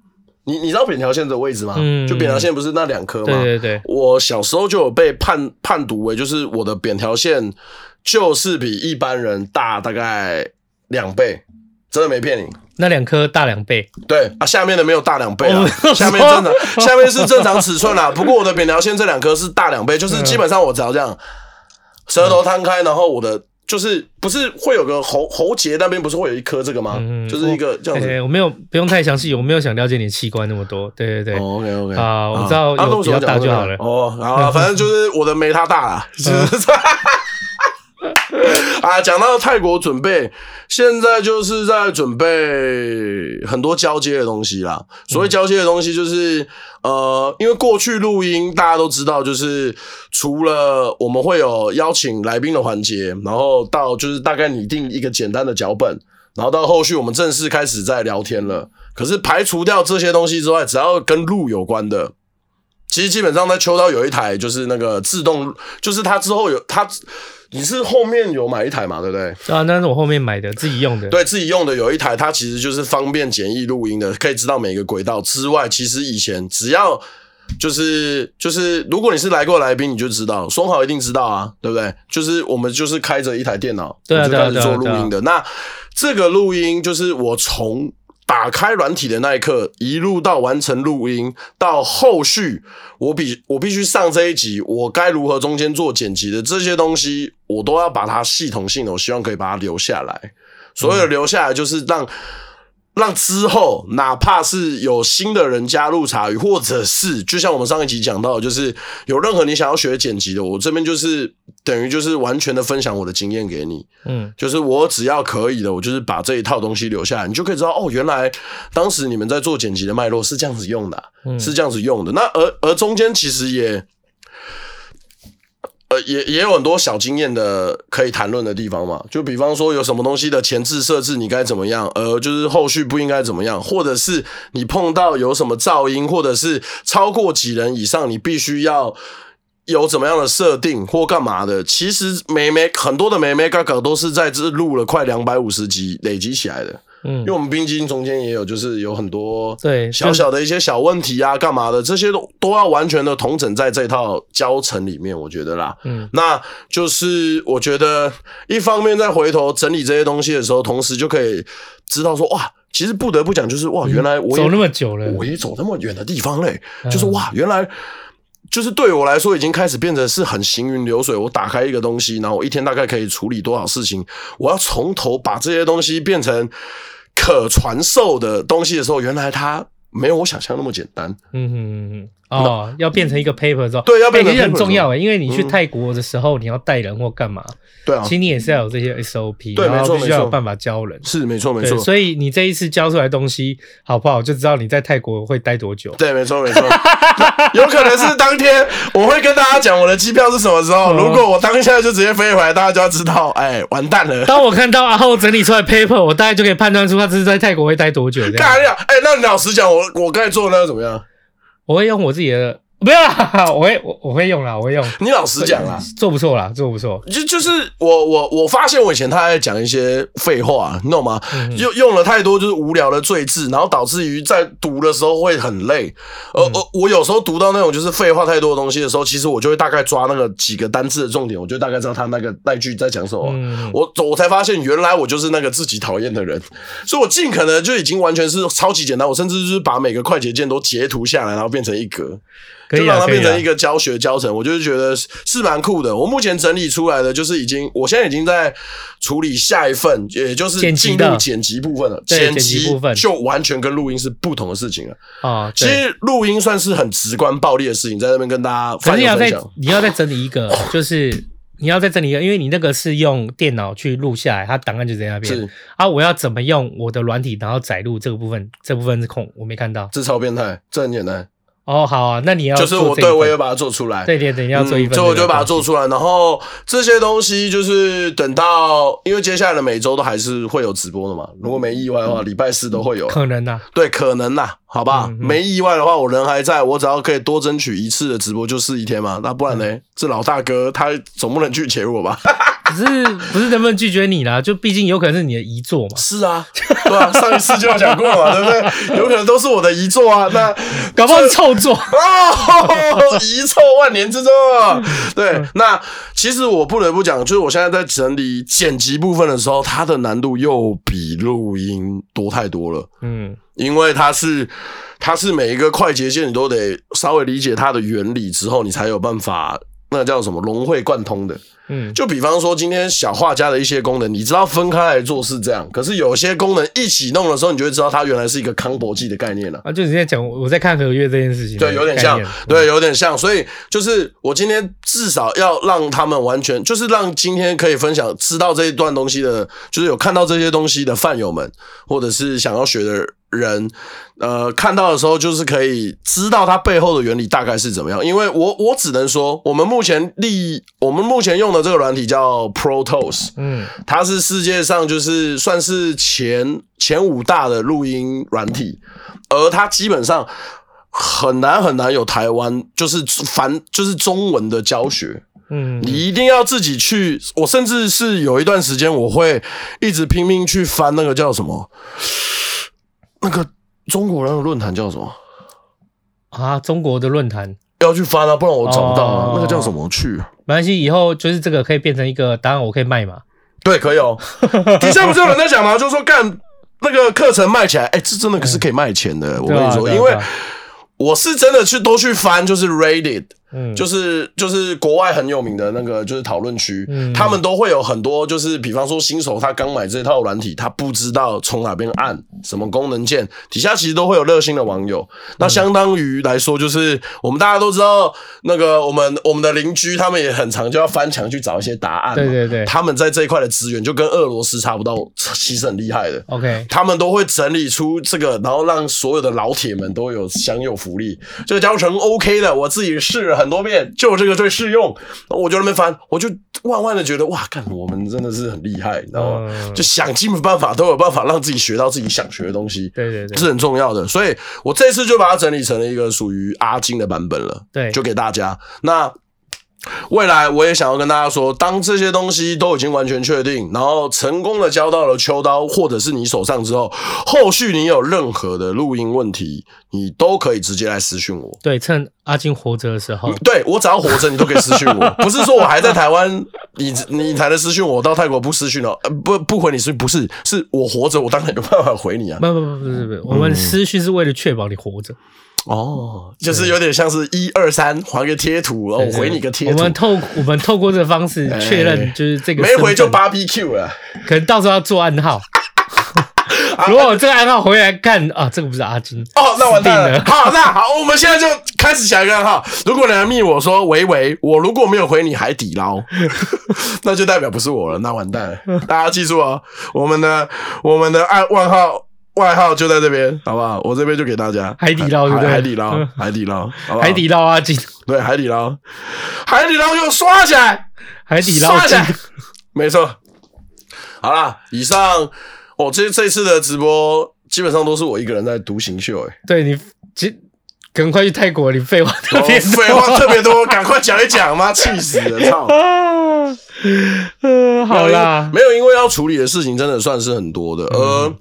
S2: 你你知道扁条线的位置吗？
S1: 嗯
S2: 就扁条线不是那两颗吗？
S1: 对对对，
S2: 我小时候就有被判判读为，就是我的扁条线就是比一般人大大概两倍，真的没骗你。
S1: 那两颗大两倍，
S2: 对啊，下面的没有大两倍
S1: 我
S2: 啦
S1: 哦没有，
S2: 下面
S1: 说
S2: 正常，下面是正常尺寸啦。不过我
S1: 嗯
S2: 的扁条线这两颗是大两倍，就是基本上我只要这样，舌头摊开，然后我的就是不是会有个喉喉结那边不是会有一颗这个吗？
S1: 嗯
S2: 就是一个这样
S1: 对
S2: 子。
S1: 对，我没有不用太详细，我没有想了解你的器官那么多。对对对，
S2: OK OK
S1: 啊我知道有比较大就好了嗯
S2: 哦，好啊，反正就是我的没他大啦。 就是啊，讲到泰国准备，现在就是在准备很多交接的东西啦。所谓交接的东西，就是、呃，因为过去录音大家都知道，就是除了我们会有邀请来宾的环节，然后到就是大概拟定一个简单的脚本，然后到后续我们正式开始在聊天了。可是排除掉这些东西之外，只要跟路有关的，其实基本上在秋刀有一台就是那个自动，就是它之后有它，你是后面有买一台嘛，对不对？
S1: 啊，那是我后面买的，自己用的。
S2: 对自己用的有一台，它其实就是方便简易录音的，可以知道每个轨道之外，其实以前只要。就是就是，如果你是来过来宾，你就知道，松豪一定知道啊，对不对？就是我们就是开着一台电脑，
S1: 对啊
S2: 我就开始
S1: 对啊
S2: 做录
S1: 对啊
S2: 音的。那这个录音就是我从打开软体的那一刻，一路到完成录音，到后续我必我必须上这一集，我该如何中间做剪辑的这些东西，我都要把它系统性的，我希望可以把它留下来。所有的留下来就是让。让之后哪怕是有新的人加入茶语，或者是就像我们上一集讲到的，就是有任何你想要学剪辑的，我这边就是等于就是完全的分享我的经验给你。
S1: 嗯，
S2: 就是我只要可以的，我就是把这一套东西留下来，你就可以知道哦，原来当时你们在做剪辑的脉络是这样子用的啊、
S1: 嗯
S2: 是这样子用的。那而而中间其实也。呃，也也有很多小经验的可以谈论的地方嘛，就比方说有什么东西的前置设置你该怎么样，呃，就是后续不应该怎么样，或者是你碰到有什么噪音，或者是超过几人以上，你必须要有怎么样的设定或干嘛的。其实美美很多的美美嘎嘎都是在这录了快两百五十集累积起来的，
S1: 嗯
S2: 因为，我们冰晶中间也有就是有很多
S1: 对，
S2: 小小的一些小问题啊，干嘛的，这些都都要完全的统整在这套教程里面，我觉得啦。
S1: 嗯，
S2: 那就是我觉得一方面在回头整理这些东西的时候，同时就可以知道说，哇，其实不得不讲，就是哇，原来我也
S1: 嗯走那么久了，
S2: 我也走那么远的地方嘞，
S1: 嗯
S2: 就是哇，原来。就是对我来说，已经开始变得是很行云流水。我打开一个东西，然后我一天大概可以处理多少事情？我要从头把这些东西变成可传授的东西的时候，原来它没有我想象那么简单。
S1: 嗯嗯嗯，哦，要变成一个 paper 之后，
S2: 对要变成
S1: 哎其实
S2: paper
S1: 很
S2: 之后
S1: 重要诶，因为你去
S2: 嗯
S1: 泰国的时候，你要带人或干嘛，
S2: 对啊
S1: 其，实你也是要有这些 SOP，
S2: 对没错
S1: 然后必须
S2: 没
S1: 要
S2: 错
S1: 有办法教人。
S2: 是没错没
S1: 对，
S2: 错，
S1: 所以你这一次教出来的东西好不好，就知道你在泰国会待多久。
S2: 对没错没错。有可能是当天我会跟大家讲我的机票是什么时候。
S1: 嗯
S2: 如果我当下就直接飞回来，大家就要知道，哎，完蛋了。
S1: 当我看到阿后整理出来 paper，我大概就可以判断出他这是在泰国会待多久。这样
S2: 干呀！哎，那你老实讲，我我刚才做的那个怎么样？
S1: 我会用我自己的，没有啦， 我会我我会用啦，我会用，
S2: 你老实讲啊，
S1: 做不错啦，做不错。
S2: 就就是我我我发现我以前太爱讲一些废话，你懂吗？用用了太多就是无聊的赘字，然后导致于在读的时候会很累。呃，我我有时候读到那种就是废话太多的东西的时候，其实我就会大概抓那个几个单字的重点，我就大概知道他那个那句在讲什么。
S1: 嗯
S2: 我我才发现原来我就是那个自己讨厌的人，所以我尽可能就已经完全是超级简单，我甚至就是把每个快捷键都截图下来，然后变成一格。
S1: 可
S2: 就
S1: 以
S2: 让
S1: 啊，
S2: 它
S1: 可以
S2: 变
S1: 啦
S2: 成一个教学教程，我就是觉得是是蛮酷的。我目前整理出来的就是已经，我现在已经在处理下一份，也就是
S1: 剪辑
S2: 进
S1: 的
S2: 入剪辑部分了。
S1: 对
S2: 剪
S1: 剪辑部分
S2: 就完全跟录音是不同的事情了。
S1: 啊，
S2: 其
S1: 对。
S2: 实录音算是很直观暴力的事情，在那边跟大家
S1: 可
S2: 分
S1: 是你要
S2: 享分
S1: 再
S2: 享。
S1: 你要再整理一个， 就是你要再整理一个，因为你那个是用电脑去录下来，它档案就在那边
S2: 是。
S1: 啊，我要怎么用我的软体，然后载入这个部分？这部分是空，我没看到。
S2: 这超变态，这很简单，
S1: 哦，好啊，那你要
S2: 就是
S1: 做
S2: 我
S1: 这一
S2: 对我
S1: 份
S2: 也把它做出来。嗯
S1: 对对对，你要做一份这
S2: 所
S1: 个
S2: 以
S1: 东西，
S2: 我就把它做出来。然后这些东西就是等到，因为接下来的每周都还是会有直播的嘛。如果没意外的
S1: 嗯
S2: 话，礼拜四都会有。啊
S1: 可能啊呐，
S2: 对，可能啦，好吧，
S1: 嗯嗯
S2: 没意外的话，我人还在，我只要可以多争取一次的直播就是一天嘛，那不然呢？这老大哥他总不能拒绝我吧？
S1: 可是不是能不能拒绝你啦？就毕竟有可能是你的遗作嘛，
S2: 是啊， 对啊，上一次就有讲过嘛，对不对？有可能都是我的遗作啊，那
S1: 搞不好是臭作。
S2: 哦，遗臭万年之作。啊对，那其实我不得不讲，就是我现在在整理剪辑部分的时候，它的难度又比录音多太多了。
S1: 嗯，
S2: 因为它是它是每一个快捷键你都得稍微理解它的原理之后，你才有办法。那个叫什么融会贯通的。
S1: 嗯，
S2: 就比方说今天小画家的一些功能，你知道分开来做是这样，可是有些功能一起弄的时候，你就会知道它原来是一个康博技的概念了、
S1: 啊，就你在讲我在看合约这件事情，
S2: 对，有点像
S1: 概念，嗯
S2: 对，有点像。所以就是我今天至少要让他们完全，就是让今天可以分享吃到这一段东西的，就是有看到这些东西的饭友们，或者是想要学的人，呃，看到的时候就是可以知道它背后的原理大概是怎么样。因为我我只能说，我们目前利，我们目前用的这个软体叫 Pro Tools，
S1: 嗯
S2: 它是世界上就是算是前前五大的录音软体，而它基本上很难很难有台湾就是繁就是中文的教学，
S1: 嗯，
S2: 你一定要自己去。我甚至是有一段时间，我会一直拼命去翻那个叫什么，那个中国人的论坛叫什么。
S1: 啊，中国的论坛，
S2: 要去翻啊，不然我找不到啊。
S1: 哦
S2: 那个叫什么去？
S1: 没关系，以后就是这个可以变成一个答案，我可以卖嘛？
S2: 对，可以 哦。底下不是有人在讲吗？就说干那个课程卖起来，哎、这真的可是可以卖钱的。我跟你说，
S1: 对啊对啊
S2: 因为
S1: 对啊
S2: 我是真的去都去翻，就是 Reddit，
S1: 嗯，
S2: 就是就是国外很有名的那个就是讨论区，
S1: 嗯
S2: 他们都会有很多，就是比方说新手他刚买这套软体，他不知道从哪边按什么功能键，底下其实都会有热心的网友。
S1: 嗯
S2: 那相当于来说，就是我们大家都知道，那个我们我们的邻居他们也很常就要翻墙去找一些答案嘛，
S1: 对对对
S2: 他们在这一块的资源就跟俄罗斯差不多，其实很厉害的。
S1: OK，
S2: 他们都会整理出这个，然后让所有的老铁们都有享有福利。这个教程 OK 的，我自己试了很多遍，就这个最适用。我就在那边翻，我就万万的觉得哇，干我们真的是很厉害，你知道吗？
S1: 嗯
S2: 就想尽办法都有办法让自己学到自己想学的东西。
S1: 对对对
S2: 是很重要的，所以我这次就把它整理成了一个属于阿金的版本了，
S1: 对
S2: 就给大家。那未来我也想要跟大家说，当这些东西都已经完全确定，然后成功的交到了秋刀或者是你手上之后，后续你有任何的录音问题，你都可以直接来私讯我。
S1: 对，趁阿金活着的时候，
S2: 对我只要活着，你都可以私讯 我，不是说我还在台湾，你你才能私讯我，到泰国不私讯了，呃不不回你是不是？是我活着，我当然有办法回你啊。
S1: 不不不不是不是，我
S2: 嗯
S1: 们私讯是为了确保你活着，
S2: 哦，就是有点像是一二三还个贴图，然后我哦回你个贴
S1: 我
S2: 图
S1: 们，透我们透过这个方式
S2: 哎
S1: 确认，就是这个
S2: 没回就
S1: 身份，
S2: BBQ 了。
S1: 可能到时候要做暗号。
S2: 啊
S1: 如果这个暗号回来看啊，这个不是阿金，
S2: 哦，那完蛋
S1: 死
S2: 了。
S1: 定
S2: 好，那好，我们现在就开始想一个号。如果你来密我说“喂喂”，我如果没有回你海底 捞，那就代表不是我了，那完蛋了。 大家记住哦，我们的我们的爱万号。外号就在这边，好不好？我这边就给大家
S1: 海底捞对不对嗯
S2: 海底捞，海底捞，好不好
S1: 海底捞啊阿金，
S2: 对海底捞，海底捞又刷起来，
S1: 海底捞
S2: 刷起
S1: 金，
S2: 来，没错。好啦，以上我、哦、这这次的直播基本上都是我一个人在独行秀、欸，
S1: 对你，其赶快去泰国，你废话特别
S2: 哎，
S1: 多
S2: 废话特别多，赶快讲一讲，妈气死了，操！
S1: 啊，呃，好啦，嗯
S2: 没有，因为要处理的事情真的算是很多的，呃。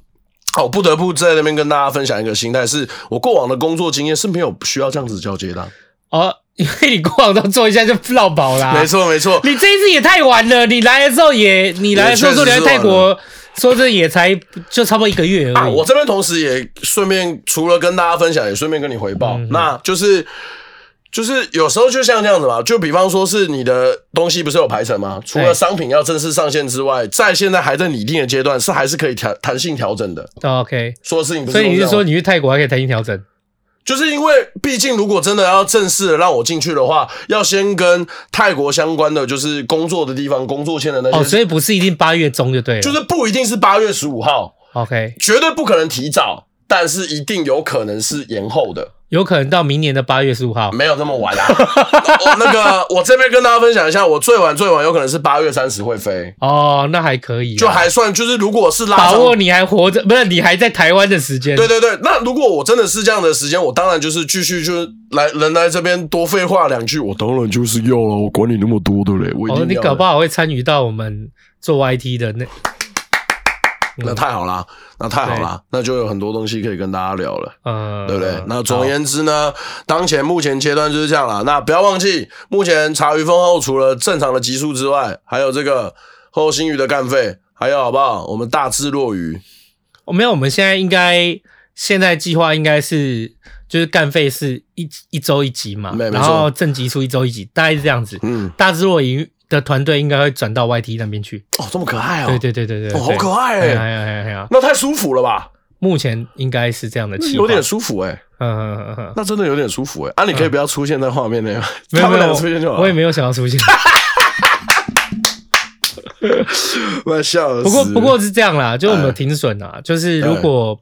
S2: 好，不得不在那边跟大家分享一个心态，是我过往的工作经验是没有需要这样子交接的啊、
S1: 哦， 因为你过往都做一下就绕跑啦，
S2: 没错，没错，
S1: 你这一次也太晚了，你来的时候也，你来的时候说你在泰国，说这也才就差不多一个月而
S2: 啊，
S1: 已。
S2: 我这边同时也顺便除了跟大家分享，也顺便跟你回报，
S1: 嗯
S2: 那就是。就是有时候就像这样子嘛，就比方说是你的东西不是有排程吗？除了
S1: 对
S2: 商品要正式上线之外，在现在还在拟定的阶段，是还是可以调弹性调整的。
S1: 哦 OK，
S2: 说的事情不是都
S1: 所
S2: 这样
S1: 以你
S2: 吗，
S1: 是说你去泰国还可以弹性调整？
S2: 就是因为毕竟如果真的要正式的让我进去的话，要先跟泰国相关的就是工作的地方、工作签的那些，
S1: 哦，所以不是一定八月中就对了。
S2: 就是不一定是八月十五号，
S1: OK，
S2: 绝对不可能提早，但是一定有可能是延后的。
S1: 有可能到明年的八月十五号。
S2: 没有那么晚 啊。我那个，我这边跟大家分享一下，我最晚最晚有可能是八月三十会飞，
S1: 哦，那还可以啊，
S2: 就还算就是如果是拉
S1: 把
S2: 长。
S1: 握你还活着，不是你还在台湾的时间。
S2: 对对对，那如果我真的是这样的时间，我当然就是继续就是来人来这边多废话两句，我当然就是要了，我管你那么多的嘞，我一定要
S1: 哦，
S2: 的、
S1: 你搞不好会参与到我们做 YT 的那
S2: 那太好啦，那太好啦，那就有很多东西可以跟大家聊了。
S1: 呃，
S2: 对不对？那总而言之呢，当前目前阶段就是这样啦。那不要忘记，目前茶余饭后除了正常的集数之外，还有这个后新宇的干费，还有好不好？我们大智若愚，
S1: 哦没有，我们现在应该现在计划应该是就是干费是一一周一集嘛
S2: 没，没错
S1: 然后正集出一周一集，大概是这样子。
S2: 嗯，
S1: 大智若愚的团队应该会转到 YT 那边去。
S2: 哦，这么可爱哦，
S1: 对对对对对对，
S2: 哦，好可爱
S1: 哎呀
S2: 哎，
S1: 哎呀哎呀哎呀！
S2: 那太舒服了吧？
S1: 目前应该是这样的计划，
S2: 有点舒服哎，
S1: 嗯，嗯嗯嗯嗯，
S2: 那真的有点舒服哎。啊，你可以不要出现在画面内吗？
S1: 没
S2: 他
S1: 有
S2: 们
S1: 嗯没
S2: 两个出现就
S1: 有，
S2: 好。
S1: 我也没有想要出现。
S2: 我笑死。
S1: 不过不过是这样啦，就我们有停损啊，就是如
S2: 哎
S1: 果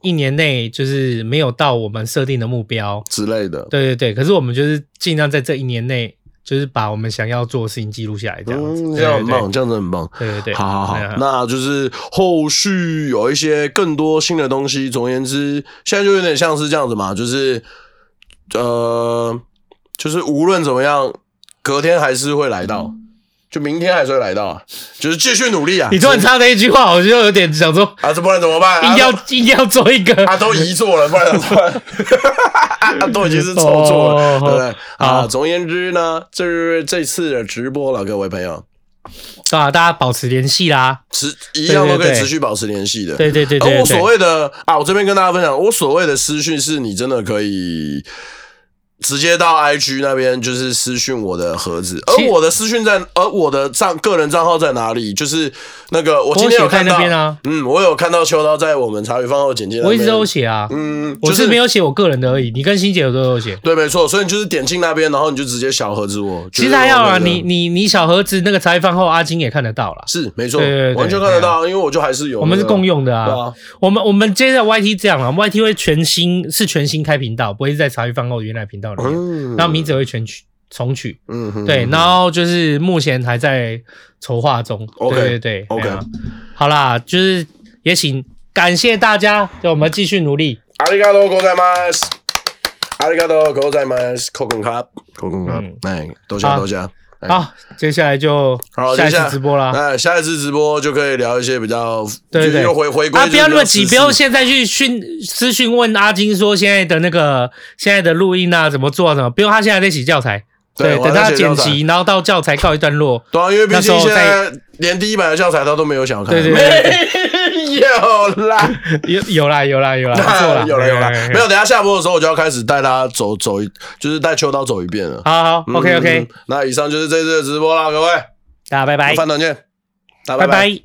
S1: 一年内就是没有到我们设定的目标，
S2: 之类的，
S1: 对对对，可是我们就是尽量在这一年内，就是把我们想要做的事情记录下来，这样子。
S2: 嗯，
S1: 对
S2: 这样很
S1: 对
S2: 棒，这样子很棒。
S1: 对对对，
S2: 好好好
S1: 对啊，
S2: 那就是后续有一些更多新的东西。总而言之，现在就有点像是这样子嘛，就是呃，就是无论怎么样，隔天还是会来到，就明天还是会来到啊，就是继续努力啊。
S1: 你突然插了一句话，我就有点想说，
S2: 啊，这不然怎么办？啊
S1: 硬要硬要做一个，
S2: 啊，都遗作了，不然怎么办？ 都已经是筹作了，
S1: 哦
S2: 对不对？啊，
S1: 好
S2: 总而言之呢，这是这次的直播了，各位朋友，
S1: 对啊，大家保持联系啦。
S2: 持一样都可
S1: 对
S2: 以
S1: 对对
S2: 持续保持联系的。
S1: 对对对对
S2: 而
S1: 对，
S2: 哦我所谓的啊，我这边跟大家分享，我所谓的私讯是你真的可以直接到 IG 那边，就是私讯我的盒子。而
S1: 其实
S2: 我的私讯在，而我的账个人账号在哪里？就是那个我今天有
S1: 我写在
S2: 看到
S1: 那边啊
S2: 嗯，我有看到秋刀在我们茶余饭后简介那边，
S1: 我一直都有写啊，
S2: 嗯，
S1: 我
S2: 就是
S1: 没。有写我个人的而已，你跟欣姐有都有写。
S2: 对，没错，所以你就是点进那边，然后你就直接小盒子我。
S1: 其实还好啊，
S2: 绝对
S1: 你你你小盒子那个茶叶饭后，阿金也看得到啦。
S2: 是没错
S1: 对对，对
S2: 完全看得到，因为我就还是有那个。
S1: 我们是共用的
S2: 对
S1: 啊，
S2: 啊，
S1: 我们我们接着 YT 这样啊，YT 会全新是全新开频道，不会是在茶余饭后原来频道里面，
S2: 嗯，
S1: 然后名字也会全取重取，
S2: 嗯哼
S1: 对，然后就是目前还在筹划中。
S2: OK，
S1: 对对对
S2: OK
S1: 对啊好啦，就是也请感谢大家，对，我们继续努力。
S2: 阿里嘎多ございます。阿里嘎多ございます。扣工卡，扣工卡
S1: 嗯，
S2: 哎，多谢
S1: 好
S2: 多谢。哎
S1: 好，接下来就
S2: 好，
S1: 下
S2: 接
S1: 一
S2: 下
S1: 次
S2: 来
S1: 直播啦。
S2: 哎，下一次直播就可以聊一些比较，
S1: 啊对
S2: 就
S1: 对对
S2: 又回回归
S1: 啊，
S2: 就是
S1: 不要那么
S2: 比较
S1: 急，
S2: 时
S1: 不
S2: 事
S1: 要现在去讯私讯问阿金说现在的那个现在的录音啊怎么做啊什么，不用他现在在洗教材，
S2: 对
S1: 对，
S2: 我
S1: 等
S2: 还
S1: 他
S2: 在写教
S1: 剪
S2: 材
S1: 辑，然后到教材告一 段落。
S2: 对啊，因为毕
S1: 那时
S2: 竟
S1: 候
S2: 现在连第一版的教材他都没有想看，
S1: 对对
S2: 没有啦，
S1: 有有啦有啦有啦，不错啦，
S2: 有了有了，
S1: 对对对
S2: 没有。等一下下播的时候，我就要开始带大家走走一，就是带秋刀走一遍了。
S1: 好好
S2: 嗯
S1: ，OK
S2: 嗯
S1: OK，
S2: 那以上就是这次的直播啦，各位，
S1: 大家拜拜，
S2: 饭团见，大家
S1: 拜拜。